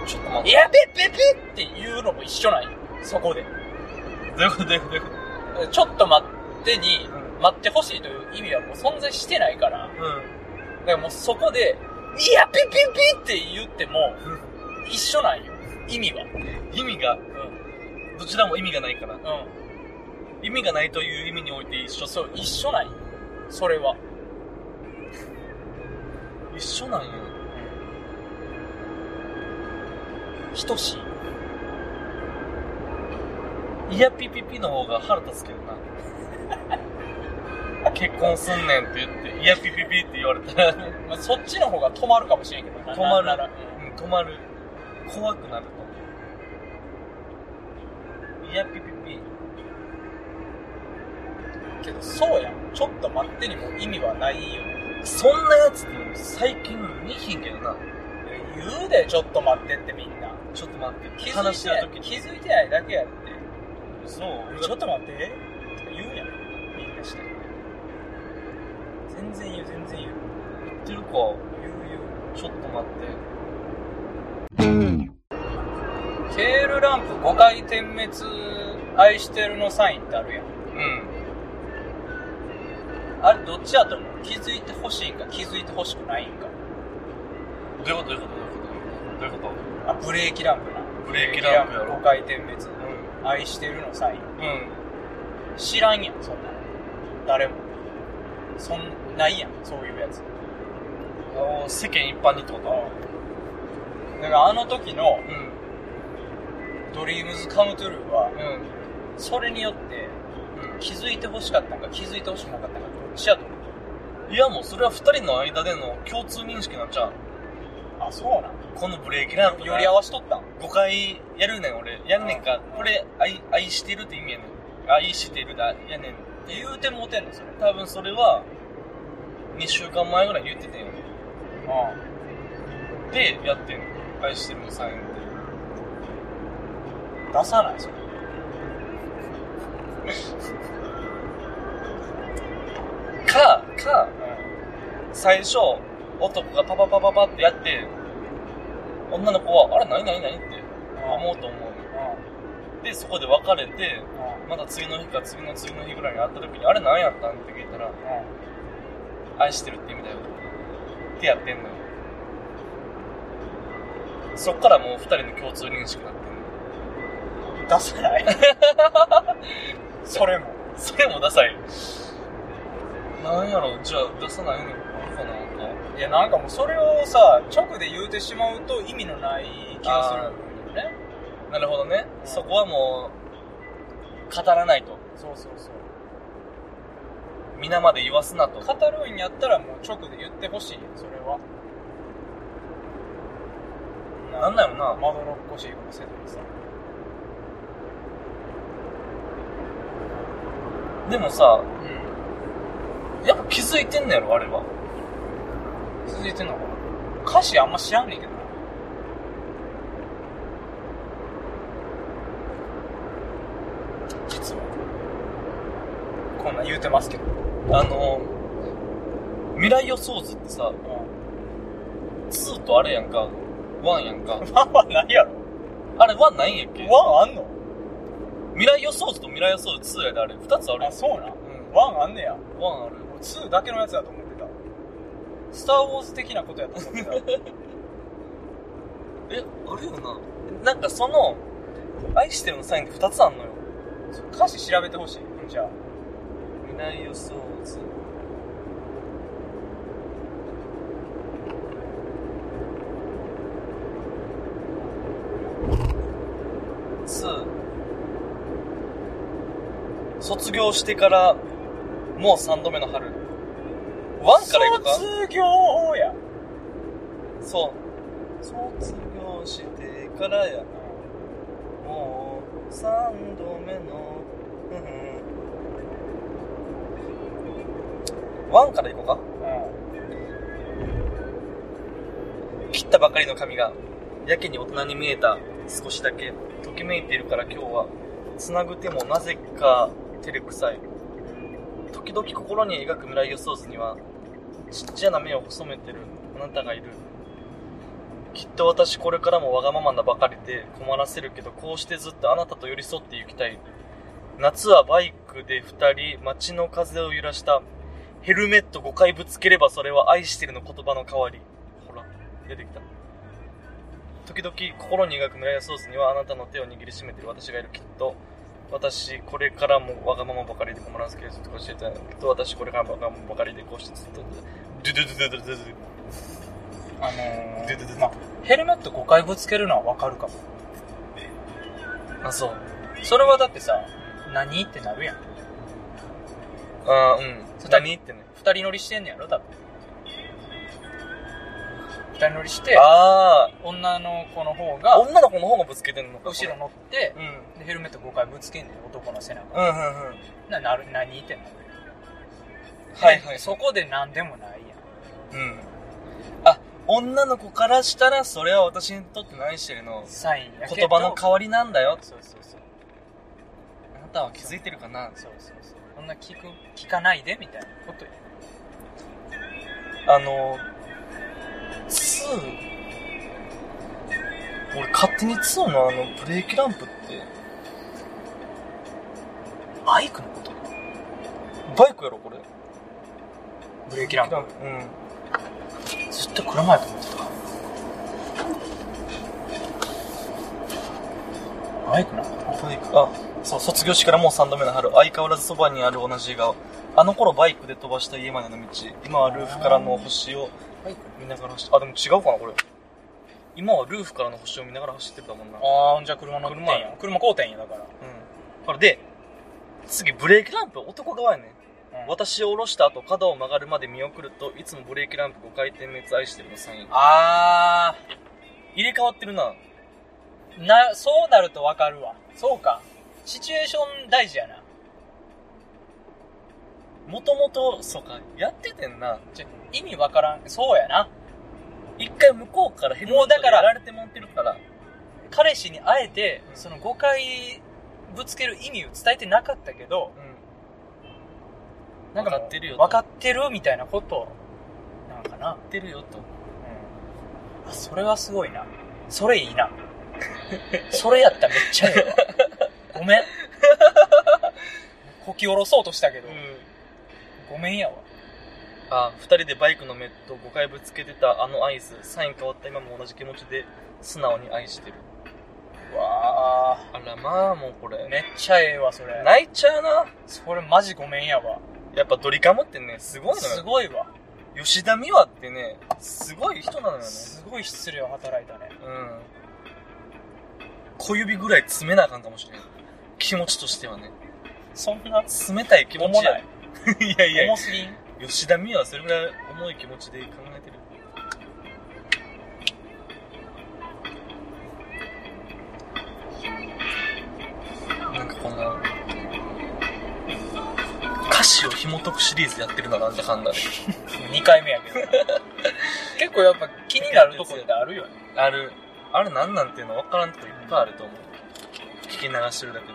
S2: ちょっと待
S1: い
S2: って。
S1: や、べっべっべっていうのも一緒なんよ。そこで。
S2: どういうことどういうことどういうこ
S1: ちょっと待ってに
S2: う、
S1: 待ってほしいという意味はもう存在してないから、
S2: とうん。
S1: だからもうそこで、いや、ピッピッピッって言っても、一緒なんよ。意味は。
S2: 意味が、どちらも意味がないから。
S1: うん。うん。
S2: 意味がないという意味において一緒
S1: そ
S2: そう
S1: う、。一緒なんよ。それは。
S2: 一緒なんよ。
S1: 等しい。
S2: いやピピピの方が腹立つけどな。結婚すんねんって言って、いやピピピって言われたら、うん
S1: まあ、そっちの方が止まるかもしれんけどな
S2: 止まる
S1: なら、
S2: 止まる。怖くなると。いやピピピ。
S1: うんけど、そうやん。ちょっと待ってにも意味はないよ。
S2: そんなやつって最近見ひんけどな。
S1: 言うで、ちょっと待ってってみんな。
S2: ちょっと待って。
S1: 気づ
S2: 話
S1: い
S2: してて
S1: な
S2: る
S1: い
S2: 時、に。
S1: 気づいてないだけやって。
S2: そう。
S1: ちょっと待って。とか言うやん。みんなして。全然言う、全然言う。
S2: 言ってるか。
S1: 言う言う。
S2: ちょっと待って。
S1: ケールランプ5回点滅、愛してるのサインってあるやん。
S2: うん。
S1: あれ、どっちやと思う気づいてほしいんか、気づいてほしくないんか。
S2: どういうことどういうことどういうことどういうこ
S1: あ、ブレーキランプな。
S2: ブレーキランプやろ
S1: 5回点滅。
S2: とうん。
S1: 愛してるのサイン。
S2: う
S1: 知らんやん、そんなの。誰も。そん、ないやん、そういうや
S2: ん。
S1: つ。
S2: 世間一般にってこと
S1: だからあの時
S2: う
S1: の
S2: ん。
S1: ドリームズカムトゥルーは、
S2: うん。
S1: それによって、
S3: 気づいてほしかったんか気づいてほしくなかったんかどっちやと思う
S1: いやもうそれは二人の間での共通認識なんちゃう
S3: あそうなん
S1: このブレーキランプ
S3: より合わしとったん
S1: 5回やるねん俺やんねんかこれ愛愛してるって意味やねん愛してるだやねん
S3: 言うてもうてんのそれ
S1: 多分それは2週間前ぐらい言っててんよ
S3: あ
S1: でやってんの愛してるの3円って
S3: あ出さないそれ
S1: [laughs] かか最初男がパパパパパってやって女の子はあれ何何何って思うと思うでそこで別れてまた次の日か次の次の日ぐらいに会った時にあれ何やったんって聞いたら愛してるって意味だよってやってんのよそっからもう二人の共通認識になってんの
S3: 出さないそれも
S1: [laughs] それもダサいなんやろじゃあ出さないのかななんか
S3: いやなんかもうそれをさ直で言うてしまうと意味のない気がするんだよね
S1: なるほどね
S3: うん
S1: そこはもう語らないと
S3: そうそうそう
S1: 皆まで言わすなと
S3: 語るんやったらもう直で言ってほしいそれは
S1: なんなんやろな
S3: まどろっこしいことせずにさ
S1: でもさ
S3: うん
S1: やっぱ気づいてんのやろあれは
S3: 続いてんのかな歌詞あんま知らんねんけどな実はこんなん言うてますけど
S1: あの未来予想図ってさ2とあれやんか1やんか
S3: [laughs] ワンはないやろ
S1: あれ1ないんやっけ
S3: ワンあんの
S1: 未来予想図と未来予想図2やであれ2つあるや
S3: あ
S1: ん
S3: そうなん
S1: うん
S3: ワンあんねや
S1: 1ある
S3: 俺2だけのやつだと思ってたスター・ウォーズ的なことやと思ってた
S1: えあるよななんかその愛してるのサインって2つあんのよ
S3: 歌詞調べてほしいじゃあ
S1: 未来予想図2卒業してからもう3度目の春1からいこうか
S3: 卒業や
S1: そう卒業してからやもう3度目のワンからいこうか
S3: う
S1: 切ったばかりの髪がやけに大人に見えた少しだけときめいているから今日はつなぐ手もなぜか照れくさい時々心に描く未来予想図にはちっちゃな目を細めてるあなたがいるきっと私これからもわがままなばかりで困らせるけどこうしてずっとあなたと寄り添って行きたい夏はバイクで2人街の風を揺らしたヘルメット5回ぶつければそれは愛してるの言葉の代わりほら出てきた時々心に描く村屋ソースにはあなたの手を握りしめてる私がいるきっと私これからもわがままばかりで困らせけるとか教えてないきっと私これからもわがままばかりでこうしてずっとドゥドゥドゥドゥドゥドゥドゥ
S3: んあの
S1: 出て出て
S3: ー、まあヘルメット5回ぶつけるのはわかるかも
S1: あそう
S3: それはだってさ何ってなるやん
S1: あーうん
S3: そしたら
S1: 何ってね
S3: 二人乗りしてんねやろ多分二人乗りして
S1: あ
S3: 女の子の方
S1: あ
S3: が
S1: 女の子の方がぶつけてんのか
S3: 後ろ乗って
S1: うんうん
S3: でヘルメット5回ぶつけんねん男の背中
S1: うんうん
S3: ななる何ってなる
S1: はいはい
S3: そこで何でもないやん
S1: うんあ女の子からしたらそれは私にとって何してるの
S3: サインやけど
S1: 言葉の代わりなんだよ
S3: そうそうそう
S1: あなたは気づいてるかな
S3: そうそうそうこんな聞く聞かないでみたいなことや
S1: あの、2、俺勝手に2のあのブレーキランプって、
S3: バイクのこと
S1: バイクやろこれ。
S3: ブレーキランプ
S1: ランプ。うん。
S3: ずっと車やと思ってたバイクなの
S1: バイク、あ、そう、卒業してからもう3度目の春。相変わらずそばにある同じ笑顔。あの頃バイクで飛ばした家までの道。今はルーフからの星を
S3: バイク
S1: 見ながら走って、あ、でも違うかなこれ。今はルーフからの星を見ながら走ってたもんな。
S3: ああじゃあ車乗ってん
S1: 車や
S3: や車買うてんやだから
S1: うん。ほら、で、次、ブレーキランプ男側やね。
S3: うん
S1: 私を下ろした後、角を曲がるまで見送ると、いつもブレーキランプ5回点滅愛してるのサイン。
S3: あ
S1: 入れ替わってるな。
S3: ー、な、そうなるとわかるわ。そうか。シチュエーション大事やな。
S1: もともと、そうか、やっててんな。
S3: ちょ意味わからん。そうやな。
S1: 一回向こうからヘルメット
S3: もうだから
S1: やられてもってるから。
S3: 彼氏に会えて、その誤解ぶつける意味を伝えてなかったけど、
S1: う
S3: なんもう
S1: わかってるよと
S3: わかってるみたいなこと、なんかな。
S1: ん。ってるよと。
S3: あ、それはすごいな。それいいな。それやったらめっちゃええわ。ごめん。こき下ろそうとしたけど、
S1: ん。
S3: ごめんやわ。
S1: あ、二人でバイクのメット5回ぶつけてたあの合図、サイン変わった今も同じ気持ちで、素直に愛してる。
S3: わあ、
S1: あらまあ、もうこれ。
S3: めっちゃええわ、それ。
S1: 泣いちゃうな。
S3: それマジごめんやわ。
S1: やっぱドリカムってね、すごいの
S3: す
S1: よ。
S3: ごいわ。
S1: 吉田美和ってね、すごい人なのよね。
S3: すごい質量働いたね。
S1: うん。小指ぐらい詰めなあかんかもしれん。気持ちとしてはね。
S3: そんな、
S1: 詰めたい気持
S3: 重
S1: ち
S3: な
S1: や
S3: い。。
S1: [laughs] いやいや、
S3: 重すぎん
S1: 吉田美和はそれぐらい重い気持ちで考えてる。なんかこんな、歌詞を紐解くシリーズやってるな、なんだかんだで。
S3: ?2 回目やけど。結構やっぱ気になるところってあるよね。
S1: ある。あれなんなんていうの分からんとこいっぱいあると思う。聞き流してるだけで。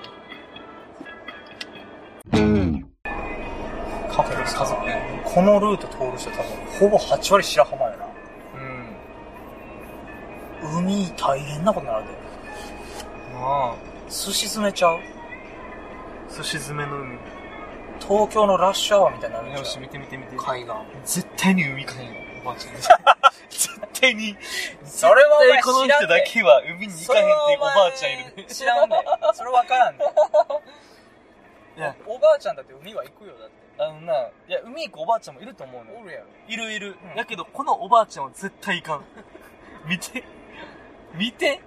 S3: カフェです、家族ね。このルート通る人多分、ほぼ8割白浜やな。
S1: うん。
S3: 海大変なことになるで。
S1: まあ、
S3: すし詰めちゃう
S1: すし詰めの海。
S3: 東京のラッシュアワーみたいになるん
S1: よ
S3: ち
S1: し、
S3: ゃう
S1: 見て見て見て。
S3: 海岸。
S1: 絶対に海かへんよ、おばあちゃん。絶対に。
S3: それはお前
S1: 絶対この
S3: 知らん
S1: 人
S3: ね
S1: だけは海に行かへんっていうおばあちゃんいるね。
S3: 知らんねそれわからんね [laughs]
S1: いや
S3: おばあちゃんだって海は行くよ、だって。
S1: あのな、いや、海行くおばあちゃんもいると思うのよ
S3: お。るやろ。
S1: いるいる
S3: うん。
S1: だけど、このおばあちゃんは絶対いかん。見て。見て。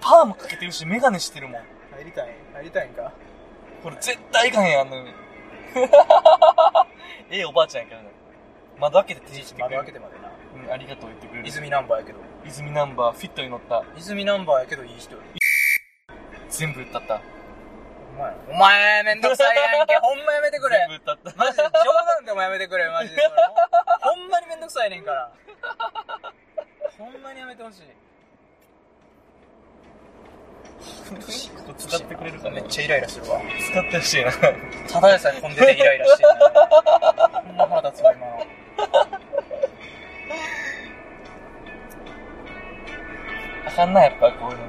S1: パーもかけてるし、メガネしてるもん。
S3: 入りたい入りたいんか
S1: これ絶対いかへん、あ [laughs] の海。ええおばあちゃんやからね。窓開けて手してく
S3: 窓
S1: れ
S3: 開け
S1: る。
S3: てまでな。
S1: うん、ありがとう言ってくれる。
S3: 泉ナンバーやけど。
S1: 泉ナンバー、フィットに乗った。
S3: 泉ナンバーやけどいい人よ。
S1: 全部歌った。
S3: お前。お前、めんどくさいやんけ。ほんまやめてくれ。
S1: 全部歌った。
S3: マジで冗談でもやめてくれ、マジで。それほんまにめんどくさいねんから。ほんまにやめてほしい。
S1: ここ使ってくれるか
S3: め
S1: ね
S3: っ。ちゃイライラするわ。
S1: 使ってほしいな。
S3: ただでさえこんでてイライラしてるのに。ほんま腹立つわ、今の。
S1: あかんな、やっぱこういうのっ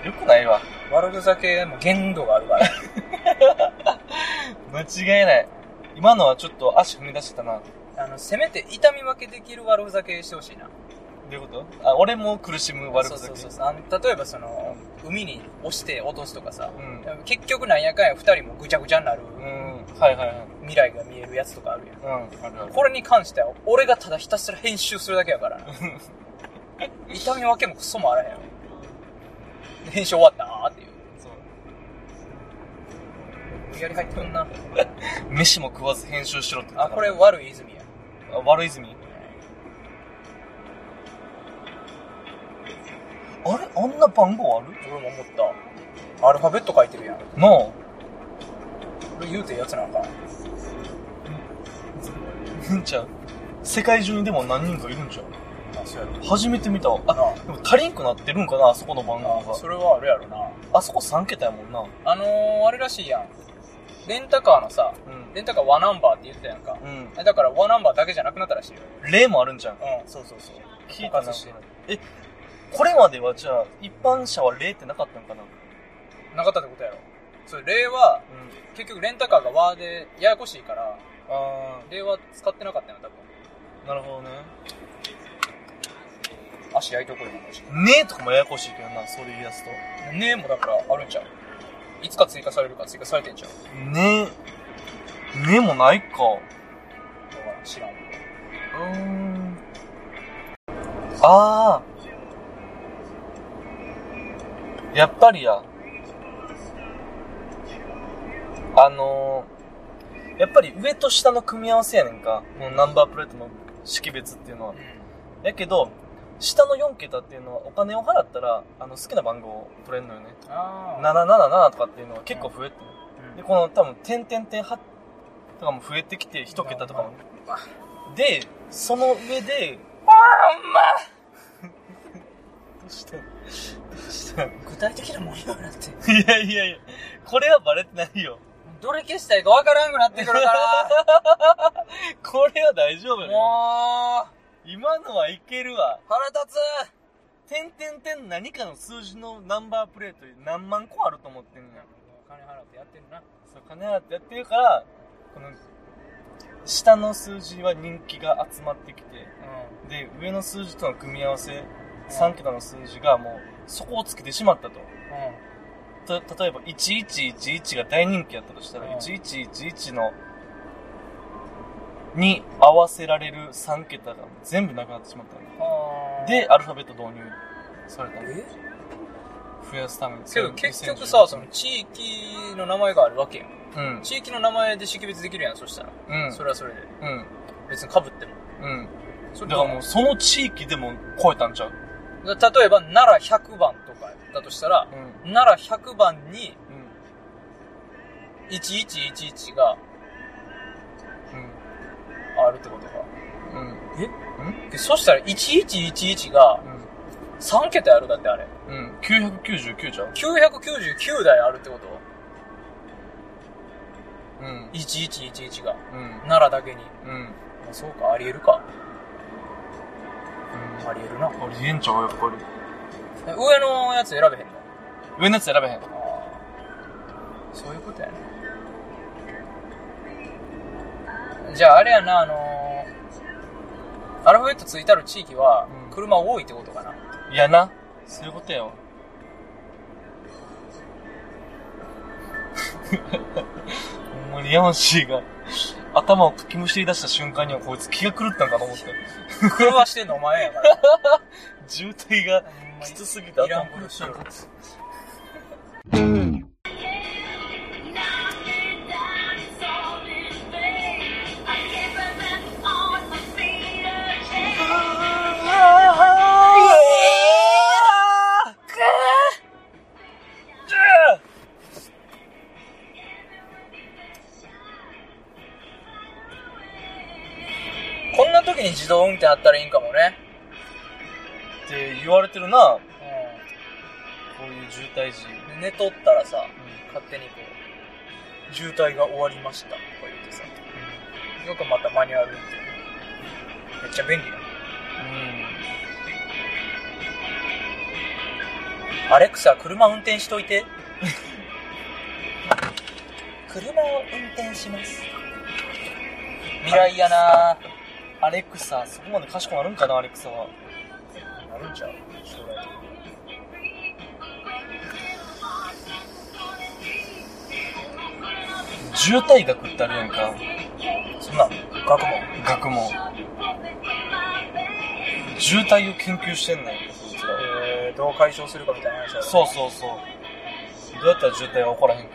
S1: て。よくないわ。
S3: 悪ふざけも限度があるから。
S1: 間違いない。今のはちょっと足踏み出してたな。ど
S3: あの、せめて痛み分けできる悪ふざけしてほしいな。
S1: ういうことあ、俺も苦しむ悪ふざ
S3: そう
S1: け
S3: そう。そうあの。例えばその、海に落ちて落とすとかさ、
S1: うん。
S3: 結局なんやかんや二人もぐちゃぐちゃになる
S1: うん。はいはいはい。
S3: 未来が見えるやつとかあるやん。
S1: うん。あるある。
S3: これに関しては、俺がただひたすら編集するだけや
S1: [laughs]
S3: からな。痛み分けもクソもあらへんよ。で編集終わったなーっていう。
S1: そう。
S3: 無理やり入ってくんな。
S1: [laughs] 飯も食わず編集しろって言っ
S3: あ、
S1: た
S3: こ
S1: から
S3: れ悪い泉や。
S1: あ悪泉。あれあんな番号ある
S3: 俺も思った。アルファベット書いてるやん。
S1: なあ。
S3: これ言うてえやつなんか。
S1: いるんちゃう世界中にでも何人かいるんちゃう
S3: あ、そうやろ。
S1: 初めて見たわ。あ、
S3: なあ
S1: でも足りんくなってるんかなあそこの番号
S3: あ
S1: が
S3: そ。れはあるやろな
S1: あそこ3桁やもんな。
S3: あのー、あれらしいやんレンタカーのさ
S1: う
S3: レンタカーワナンバーって言ってたやんか
S1: ん。
S3: えだからワナンバーだけじゃなくなったらしいよ
S1: うん。例もあるんじゃん。
S3: うんそうそうそう
S1: 聞いた
S3: 枯
S1: な
S3: 渇して。
S1: え、これまではじゃあ、一般車は例ってなかったんかな
S3: なかったってことやろそれ令和
S1: うん。
S3: 結局レンタカーが和でややこしいから
S1: あ
S3: 令和使ってなかったよ多分
S1: ー、なるほどね。
S3: 足焼いとこにもし
S1: ねえとかもややこしいけどな、それ言い出すと。
S3: ねえもだからあるんちゃういつか追加されるか追加されてんちゃう
S1: ねえ。ねえもないか。
S3: わからん知らん
S1: うーん。あー。やっぱりや。あのーやっぱり上と下の組み合わせやねんか。このナンバープレートの識別っていうのは。やけど、下の4桁っていうのはお金を払ったら、あの、好きな番号を取れるのよね。
S3: あー
S1: 777とかっていうのは結構増えてる。
S3: うん
S1: で、この多分、点点点8とかも増えてきて、1桁とかも。で、その上で、どうしたのどうしたの
S3: 具体的なもんようになって。
S1: いやいやいや、これはバレてないよ。
S3: どれ消したらいいかわからんくなってくる
S1: [laughs]
S3: から。
S1: これは大丈夫よね。
S3: もう、
S1: 今のはいけるわ。
S3: 腹立つ。
S1: 点点点何かの数字のナンバープレート何万個あると思ってんのよ。
S3: お金払ってやってるな。
S1: そう、金払ってやってるから、この、下の数字は人気が集まってきて、
S3: う
S1: で、上の数字との組み合わせ、3桁の数字がもう、そこをつけてしまった
S3: ん。う
S1: と。
S3: ん。
S1: た、例えば、1111が大人気やったとしたら、
S3: うん
S1: 1111の、に合わせられる3桁が全部なくなってしまったの
S3: あー
S1: で、、アルファベット導入されたの。
S3: え
S1: 増やすために。
S3: けど結局さ、その地域の名前があるわけやん。
S1: うん、
S3: 地域の名前で識別できるやん、そしたら。
S1: うん、
S3: それはそれで。
S1: うん、
S3: 別に被っても。
S1: うん。
S3: そ
S1: だ
S3: れ
S1: か
S3: と
S1: らもう、その地域でも超えたんちゃう
S3: 例えば、奈良100番とかだとしたら、
S1: うん、
S3: 奈良100番に
S1: うん、
S3: 1111があるってことか。
S1: うん、うん、
S3: でそしたら1111が3桁やろだってあれ。
S1: うん、うん。999ちゃう
S3: 999台あるってこと
S1: うん、
S3: ?1111 が。
S1: うん、
S3: 奈良だけに。
S1: うん。
S3: まあそうか、ありえるか。ありえるな。
S1: 俺、リエンちゃうやっぱり。
S3: え上のやつ選べへんの
S1: 上のやつ選べへん。
S3: そういうことやね。じゃああれやな、あのーアルファベットついたる地域は
S1: うん、
S3: 車多いってことかな。
S1: いやな。そういうことやわ。 [laughs] ほんまにヤマシーが頭をかきむしり出した瞬間にはこいつ気が狂ったんかと思って。
S3: 車してんのお前やから。
S1: [laughs] 渋滞がきつすぎて
S3: いら
S1: 頭
S3: んことしろ
S1: か
S3: こんな時に自動運転あったらいいんかもね。
S1: って言われてるな。こういう渋滞時。
S3: うん。寝とったらさ、勝手にこう、渋滞が終わりましたとか言ってさ、よくまたマニュアル運転。めっちゃ便利やアレクサ、車運転しといて。車を運転します。未来やなぁ。
S1: アレクサ、そこまで賢くなるんかな、アレクサは。
S3: なるんちゃう将来的に
S1: 渋滞学ってあるやんか。
S3: そんな、学問。
S1: 学問。渋滞を研究してんねん、こいつら。
S3: えー、どう解消するかみたいな話だよね
S1: そうそうそう。どうやったら渋滞が起こらへんか。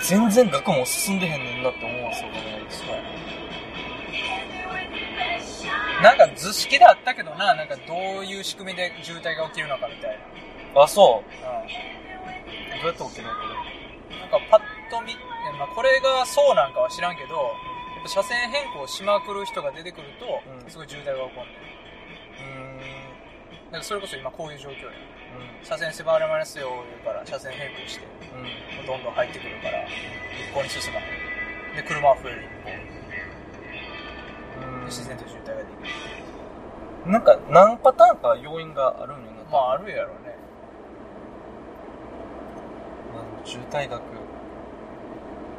S1: 全然学問進んでへんねんなって思うんですよ、ね。
S3: なんか図式であったけどな、なんかどういう仕組みで渋滞が起きるのかみたい
S1: あ、そう。
S3: な。うん
S1: どうやって起きるのこ
S3: なんかパッと見、いやまあ、これがそうなんかは知らんけど、やっぱ車線変更しまくる人が出てくると、
S1: うん
S3: すごい渋滞が起こるねだ
S1: れ。うーん。
S3: からそれこそ今こういう状況や。車線狭まりますよ、言うから、車線変更して、
S1: うん。
S3: どんどん入ってくるから、一向に進まない。で、車は増える一
S1: う
S3: 方。
S1: ん。
S3: で、自然と渋滞ができる。
S1: なんか、何パターンか要因があるんよな。
S3: まあ、あるやろね。
S1: うん渋滞学。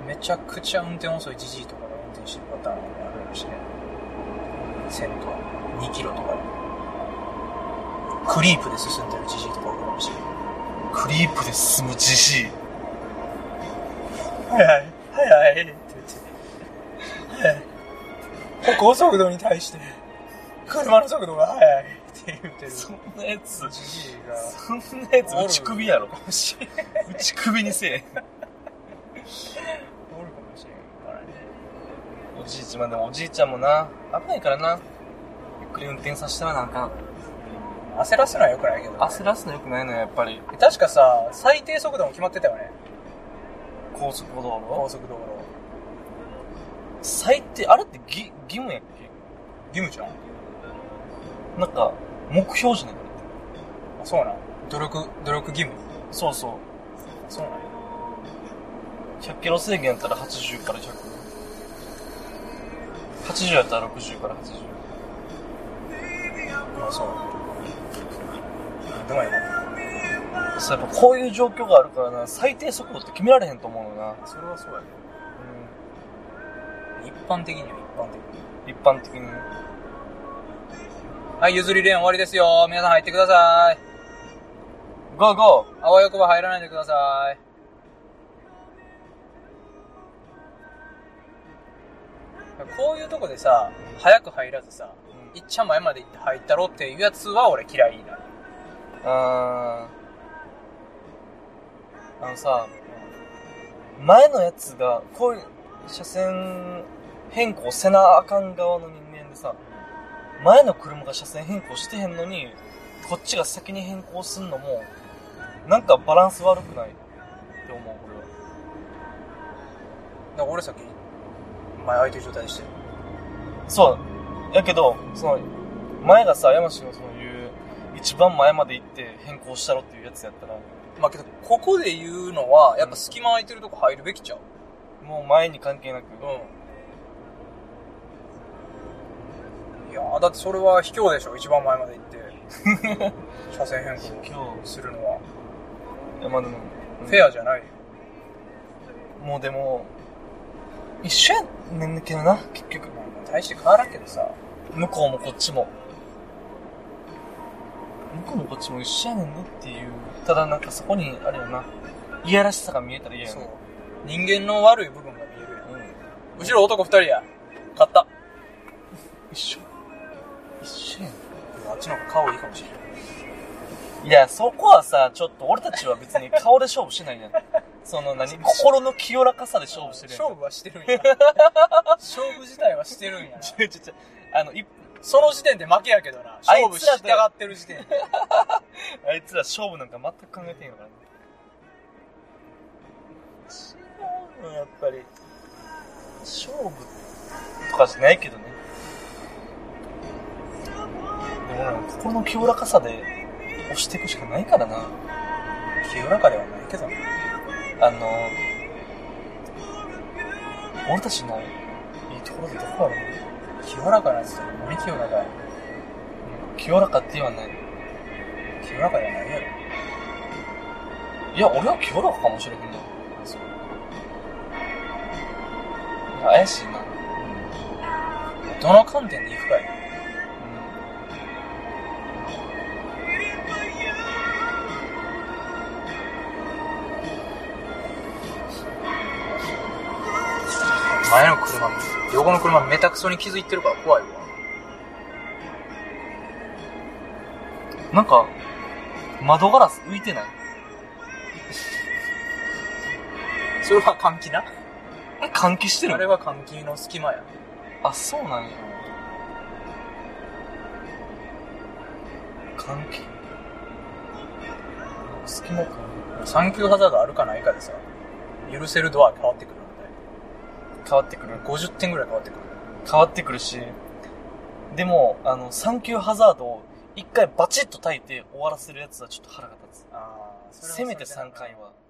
S3: めちゃくちゃ運転遅いじじいとかが運転してるパターンもあるやろしね。1000とか2キロとか。クリープで進んでるじじいとかおるかもしれない。
S1: クリープで進むじじい。
S3: はいはい、はいはい、って言って。歩行速度に対して、車の速度が速いってって言うてる
S1: そんなやつ、
S3: じじいが
S1: そんなやつ、打ち首やろ。
S3: おるかもしれん
S1: 打ち首にせえ。
S3: おるかもしれんからね
S1: おじいちゃん、まあでもおじいちゃんもな、危ないからな。ゆっくり運転させたらなんか、
S3: 焦らすのはよくないけど、ね、
S1: 焦らすのよくないのよ、やっぱり。
S3: 確かさ最低速度も決まってたよね
S1: 高速道
S3: 高
S1: 路
S3: 速道路
S1: 最低、あれってぎ義務やっ
S3: 義務じゃん
S1: けなんか、目標じゃない
S3: あそうなん努力努力義務
S1: そうそう。
S3: そうなんや
S1: 100キロ制限やったら80から100。80やったら60から80。
S3: あそうでもや
S1: そう、やっぱこういう状況があるからな、最低速度って決められへんと思うのよな。
S3: それはそうやね一般的には一般的に
S1: うん。一般的に。
S3: はい譲りレーン終わりですよ皆さん入ってください
S1: ゴーゴ
S3: あわよくば入らないでくださいこういうとこでさ早く入らずさ
S1: ー
S3: いっちゃん前まで行って入ったろっていうやつは俺嫌いな
S1: あーあのさ、前のやつが、こういう車線変更せなあかん側の人間でさ、前の車が車線変更してへんのに、こっちが先に変更すんのも、なんかバランス悪くないって思う、俺は。
S3: だから俺先前空いてる状態でしてる
S1: そう。やけど、その、前がさ、山氏のその言う、一番前まで行って変更したろっていうやつやったら、
S3: まあけどここで言うのはやっぱ隙間空いてるとこ入るべきちゃう
S1: もう前に関係なく、
S3: うんいやーだってそれは卑怯でしょ一番前まで行って
S1: [laughs]
S3: 車線変更
S1: 今日、
S3: するのは
S1: いやまあでも、
S3: フェアじゃないよ
S1: もうでも、一緒やねんけどな、結局。
S3: 大して変わらんけどさ
S1: 向こうもこっちも。向こうもこっちも一緒やねんねっていう。ただなんかそこに、あれやな、いやらしさが見えたら嫌や
S3: そ
S1: な
S3: う。人間の悪い部分が見えるやん
S1: うん。
S3: 後ろ男二人や買った
S1: 一緒。一緒や
S3: あっちの方が顔いいかもしれない
S1: ん。いや、そこはさ、ちょっと俺たちは別に顔で勝負してないやん。その何心の清らかさで勝負してるやん。
S3: 勝負はしてるんや [laughs] 勝負自体はしてるんやな
S1: [laughs] ちょちょちょ、あの、い
S3: その時点で負けやけどな勝負したがってる時点で
S1: [laughs] あいつら勝負なんか全く考えてへんのからね。違うの、やっぱり。勝負とかじゃないけどね。でもなんか心の清らかさで押していくしかないからな。
S3: 清らかではないけどね
S1: あの、俺たちのいいところでどこあるの
S3: 清らかなやつって何清らかや
S1: 清らかって言わない。
S3: 清らかじゃないやろ
S1: いや、俺は清らかかもしれへんな。
S3: そう
S1: いや怪しいな。
S3: どの観点で行くかや前の車横の車めたくそに気づいてるから怖いわ
S1: なんか、窓ガラス浮いて [laughs] ない
S3: それは換気な
S1: え換気してる
S3: あれは換気の隙間や
S1: あ、そうなんや。換気隙間か。
S3: 産級ハザードあるかないかでさ許せるドア変わってくるみ
S1: 変わってくる
S3: たいな50点ぐらい変わってくる
S1: 変わってくるし、でも、あの、サンキューハザードを一回バチッと焚いて終わらせるやつはちょっと腹が立つ。
S3: ああ
S1: せめて3回は。